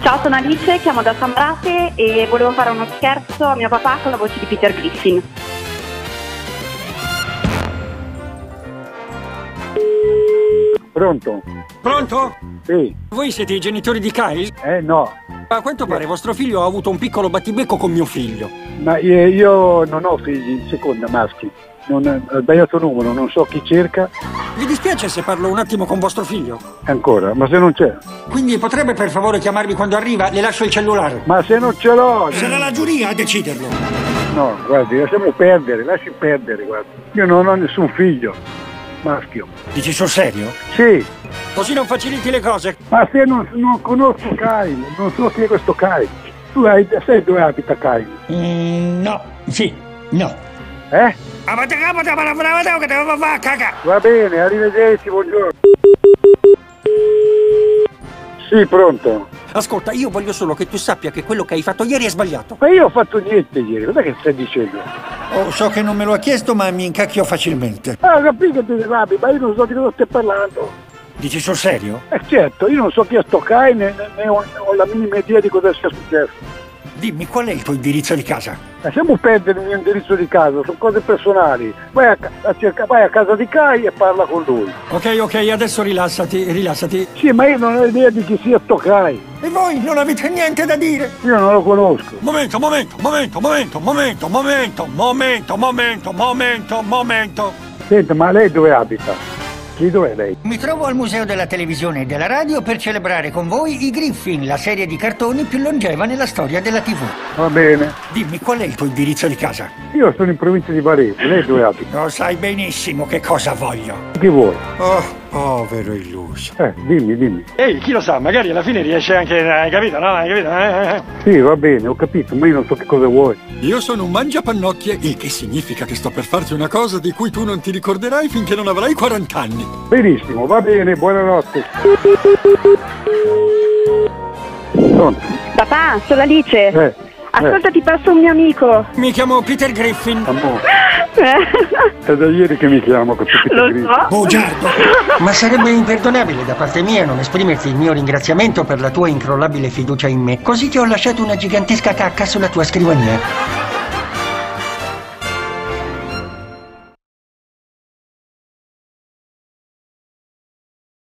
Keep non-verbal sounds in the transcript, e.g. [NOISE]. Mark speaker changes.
Speaker 1: Ciao, sono Alice, chiamo da Sambrate e volevo fare uno scherzo a mio papà con la voce di Peter Griffin.
Speaker 2: Pronto?
Speaker 3: Pronto?
Speaker 2: Sì.
Speaker 3: Voi siete i genitori di Kyle?
Speaker 2: Eh no,
Speaker 3: A quanto pare vostro figlio ha avuto un piccolo battibecco con mio figlio.
Speaker 2: ma io, io non ho figli in seconda maschi. Non, ho sbagliato numero, non so chi cerca
Speaker 3: Vi dispiace se parlo un attimo con vostro figlio?
Speaker 2: ancora, ma se non c'è.
Speaker 3: Quindi potrebbe per favore chiamarmi quando arriva? Le lascio il cellulare.
Speaker 2: Ma se non ce l'ho!
Speaker 3: Sarà la giuria a deciderlo.
Speaker 2: No, guardi, lasciamo perdere, lasci perdere, guarda. Io non ho nessun figlio maschio.
Speaker 3: Dici sul serio?
Speaker 2: Sì,
Speaker 3: Così non faciliti le cose.
Speaker 2: ma se non, non conosco Kyle, non so chi è questo Kyle. Tu hai, sai dove abita Kyle?
Speaker 3: Mm, no. Sì. No.
Speaker 2: Eh?
Speaker 3: che devo fare, caca.
Speaker 2: Va bene, arrivederci, buongiorno. Sì, pronto.
Speaker 3: Ascolta, io voglio solo che tu sappia che quello che hai fatto ieri è sbagliato.
Speaker 2: Ma io ho fatto niente ieri, cos'è che stai dicendo?
Speaker 3: Oh, so che non me lo ha chiesto, ma mi incacchio facilmente.
Speaker 2: Ah, capito che ti arrabbi, ma io non so di cosa stai parlando.
Speaker 3: Dici sul serio?
Speaker 2: Eh certo, io non so chi è sto Kai, né, né ho, ho la minima idea di cosa sia successo.
Speaker 3: Dimmi, qual è il tuo indirizzo di casa?
Speaker 2: Lasciamo perdere il mio indirizzo di casa, sono cose personali. Vai a, ca- a cerca- vai a casa di Kai e parla con lui.
Speaker 3: Ok, ok, adesso rilassati, rilassati.
Speaker 2: Sì, ma io non ho idea di chi sia sto Kai,
Speaker 3: E voi non avete niente da dire?
Speaker 2: io non lo conosco.
Speaker 3: Momento, momento, momento, momento, momento, momento, momento, momento, momento, momento.
Speaker 2: Senta, ma lei dove abita? Chi dov'è lei?
Speaker 4: Mi trovo al Museo della Televisione e della Radio per celebrare con voi i Griffin, la serie di cartoni più longeva nella storia della TV.
Speaker 2: Va bene,
Speaker 3: Dimmi qual è il tuo indirizzo di casa?
Speaker 2: io sono in provincia di Varese, lei dove abita?
Speaker 3: Lo sai benissimo che cosa voglio.
Speaker 2: Chi vuoi?
Speaker 3: Oh, povero illuso.
Speaker 2: Eh, dimmi, dimmi.
Speaker 5: Ehi, chi lo sa, magari alla fine riesce anche, eh, hai capito, no? Hai capito? Eh, eh, eh.
Speaker 2: Sì, va bene, ho capito, ma io non so che cosa vuoi.
Speaker 6: Io sono un mangiapannocchie, il che significa che sto per farti una cosa di cui tu non ti ricorderai finché non avrai 40 anni.
Speaker 2: Benissimo, va bene, buonanotte. Pronto?
Speaker 1: Papà, sono Alice.
Speaker 2: Eh,
Speaker 1: Ascolta, ti passo un mio amico.
Speaker 3: Mi chiamo Peter Griffin.
Speaker 2: amore,
Speaker 1: Eh, [LAUGHS]
Speaker 2: è da ieri che mi chiamo, capito?
Speaker 1: Lo so.
Speaker 2: Boh,
Speaker 3: Bugiardo.
Speaker 4: Ma sarebbe imperdonabile da parte mia non esprimerti il mio ringraziamento per la tua incrollabile fiducia in me, così ti ho lasciato una gigantesca cacca sulla tua scrivania.